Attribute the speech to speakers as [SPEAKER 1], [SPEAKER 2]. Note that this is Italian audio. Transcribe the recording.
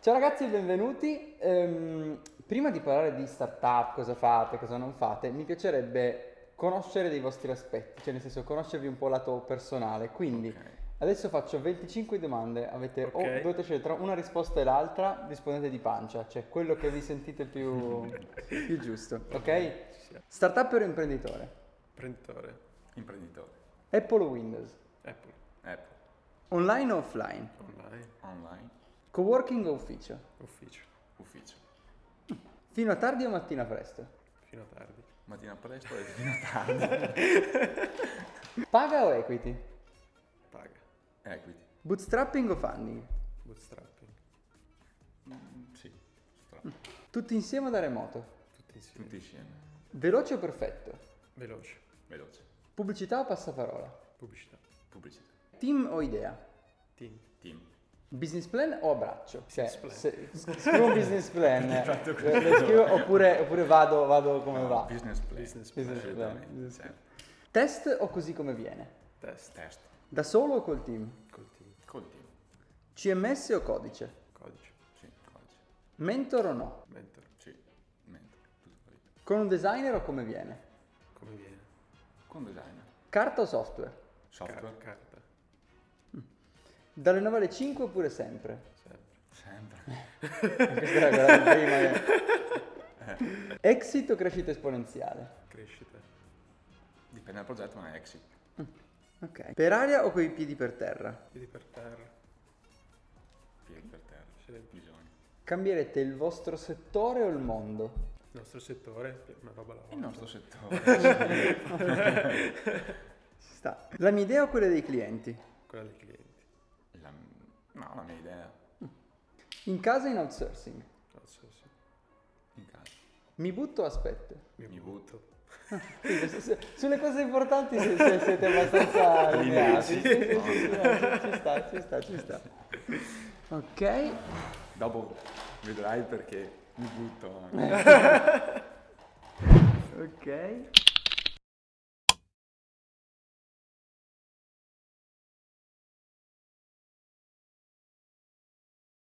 [SPEAKER 1] Ciao ragazzi, benvenuti. Ehm, prima di parlare di startup, cosa fate, cosa non fate, mi piacerebbe conoscere dei vostri aspetti, cioè nel senso conoscervi un po' il lato personale. Quindi adesso faccio 25 domande, avete o
[SPEAKER 2] Ok.
[SPEAKER 1] dovete scegliere tra una risposta e l'altra, rispondete di pancia, cioè quello che vi sentite più, più giusto, ok?
[SPEAKER 2] Ci siamo.
[SPEAKER 1] Startup o imprenditore?
[SPEAKER 2] Prenditore.
[SPEAKER 3] Imprenditore.
[SPEAKER 1] Apple o Windows?
[SPEAKER 2] Apple.
[SPEAKER 3] Apple.
[SPEAKER 1] Online o offline?
[SPEAKER 2] Online.
[SPEAKER 3] Online.
[SPEAKER 1] Coworking o ufficio?
[SPEAKER 2] Ufficio.
[SPEAKER 3] Ufficio.
[SPEAKER 1] Fino a tardi o mattina presto?
[SPEAKER 2] Fino a tardi.
[SPEAKER 3] Mattina presto e fino a tardi.
[SPEAKER 1] Paga o equity?
[SPEAKER 2] Paga.
[SPEAKER 3] Equity.
[SPEAKER 1] Bootstrapping o funding?
[SPEAKER 2] Bootstrapping.
[SPEAKER 3] Mm, sì. Stra-
[SPEAKER 2] Mm.
[SPEAKER 1] Tutti insieme o da remoto?
[SPEAKER 2] Tutti insieme.
[SPEAKER 3] Tutti insieme.
[SPEAKER 1] Veloce o perfetto?
[SPEAKER 2] Veloce.
[SPEAKER 3] Veloce.
[SPEAKER 1] Pubblicità o passaparola?
[SPEAKER 2] Pubblicità.
[SPEAKER 3] Pubblicità.
[SPEAKER 1] Team o idea?
[SPEAKER 2] Team.
[SPEAKER 3] Team.
[SPEAKER 1] Business plan o abbraccio? Cioè,
[SPEAKER 2] Business plan.
[SPEAKER 1] se- s- scrivo un business plan, eh, lo- lo scrivo oppure, oppure vado, vado come
[SPEAKER 3] No,
[SPEAKER 1] va.
[SPEAKER 3] Business plan.
[SPEAKER 2] Business plan.
[SPEAKER 1] Business
[SPEAKER 3] Assolutamente,
[SPEAKER 1] plan.
[SPEAKER 3] certo.
[SPEAKER 1] Test o così come viene?
[SPEAKER 2] Test.
[SPEAKER 3] Test.
[SPEAKER 1] Da solo o col team?
[SPEAKER 2] Col team.
[SPEAKER 3] Col team.
[SPEAKER 1] CMS o codice?
[SPEAKER 2] Codice.
[SPEAKER 3] Sì. Codice.
[SPEAKER 1] Mentor o no?
[SPEAKER 2] Mentor.
[SPEAKER 3] Sì. Mentor. Tutto quello.
[SPEAKER 1] Con un designer o come viene?
[SPEAKER 2] Come viene?
[SPEAKER 3] Con designer.
[SPEAKER 1] Carta o software?
[SPEAKER 2] Car-
[SPEAKER 3] Software.
[SPEAKER 2] carta.
[SPEAKER 1] Dalle 9 alle 5 oppure sempre?
[SPEAKER 2] Sempre.
[SPEAKER 3] Sempre.
[SPEAKER 1] Questa era quella di prima. eh. Exit o crescita esponenziale?
[SPEAKER 2] Crescita.
[SPEAKER 3] Dipende dal progetto, ma è exit.
[SPEAKER 1] Ok. Per aria o coi piedi per terra?
[SPEAKER 2] Piedi per terra.
[SPEAKER 3] Piedi per terra.
[SPEAKER 2] Sì.
[SPEAKER 3] Bisogna.
[SPEAKER 1] Cambierete il vostro settore o il mondo?
[SPEAKER 2] Il nostro settore. Una roba la volta.
[SPEAKER 3] Il nostro settore.
[SPEAKER 1] Ci sta. La mia idea o quella dei clienti?
[SPEAKER 2] Quella dei clienti.
[SPEAKER 3] La- no, la mia idea.
[SPEAKER 1] In casa o in outsourcing?
[SPEAKER 2] Non so se.
[SPEAKER 3] In casa.
[SPEAKER 1] Mi butto o aspetto?
[SPEAKER 3] Mi
[SPEAKER 1] Quindi, su- su- Sulle cose importanti se- se siete abbastanza lineari. Sì, sì, sì, sì, sì, no, ci sta, ci sta, ci sta. Ok.
[SPEAKER 3] Dopo
[SPEAKER 1] Eh.
[SPEAKER 3] vedrai perché mi butto.
[SPEAKER 1] Ok.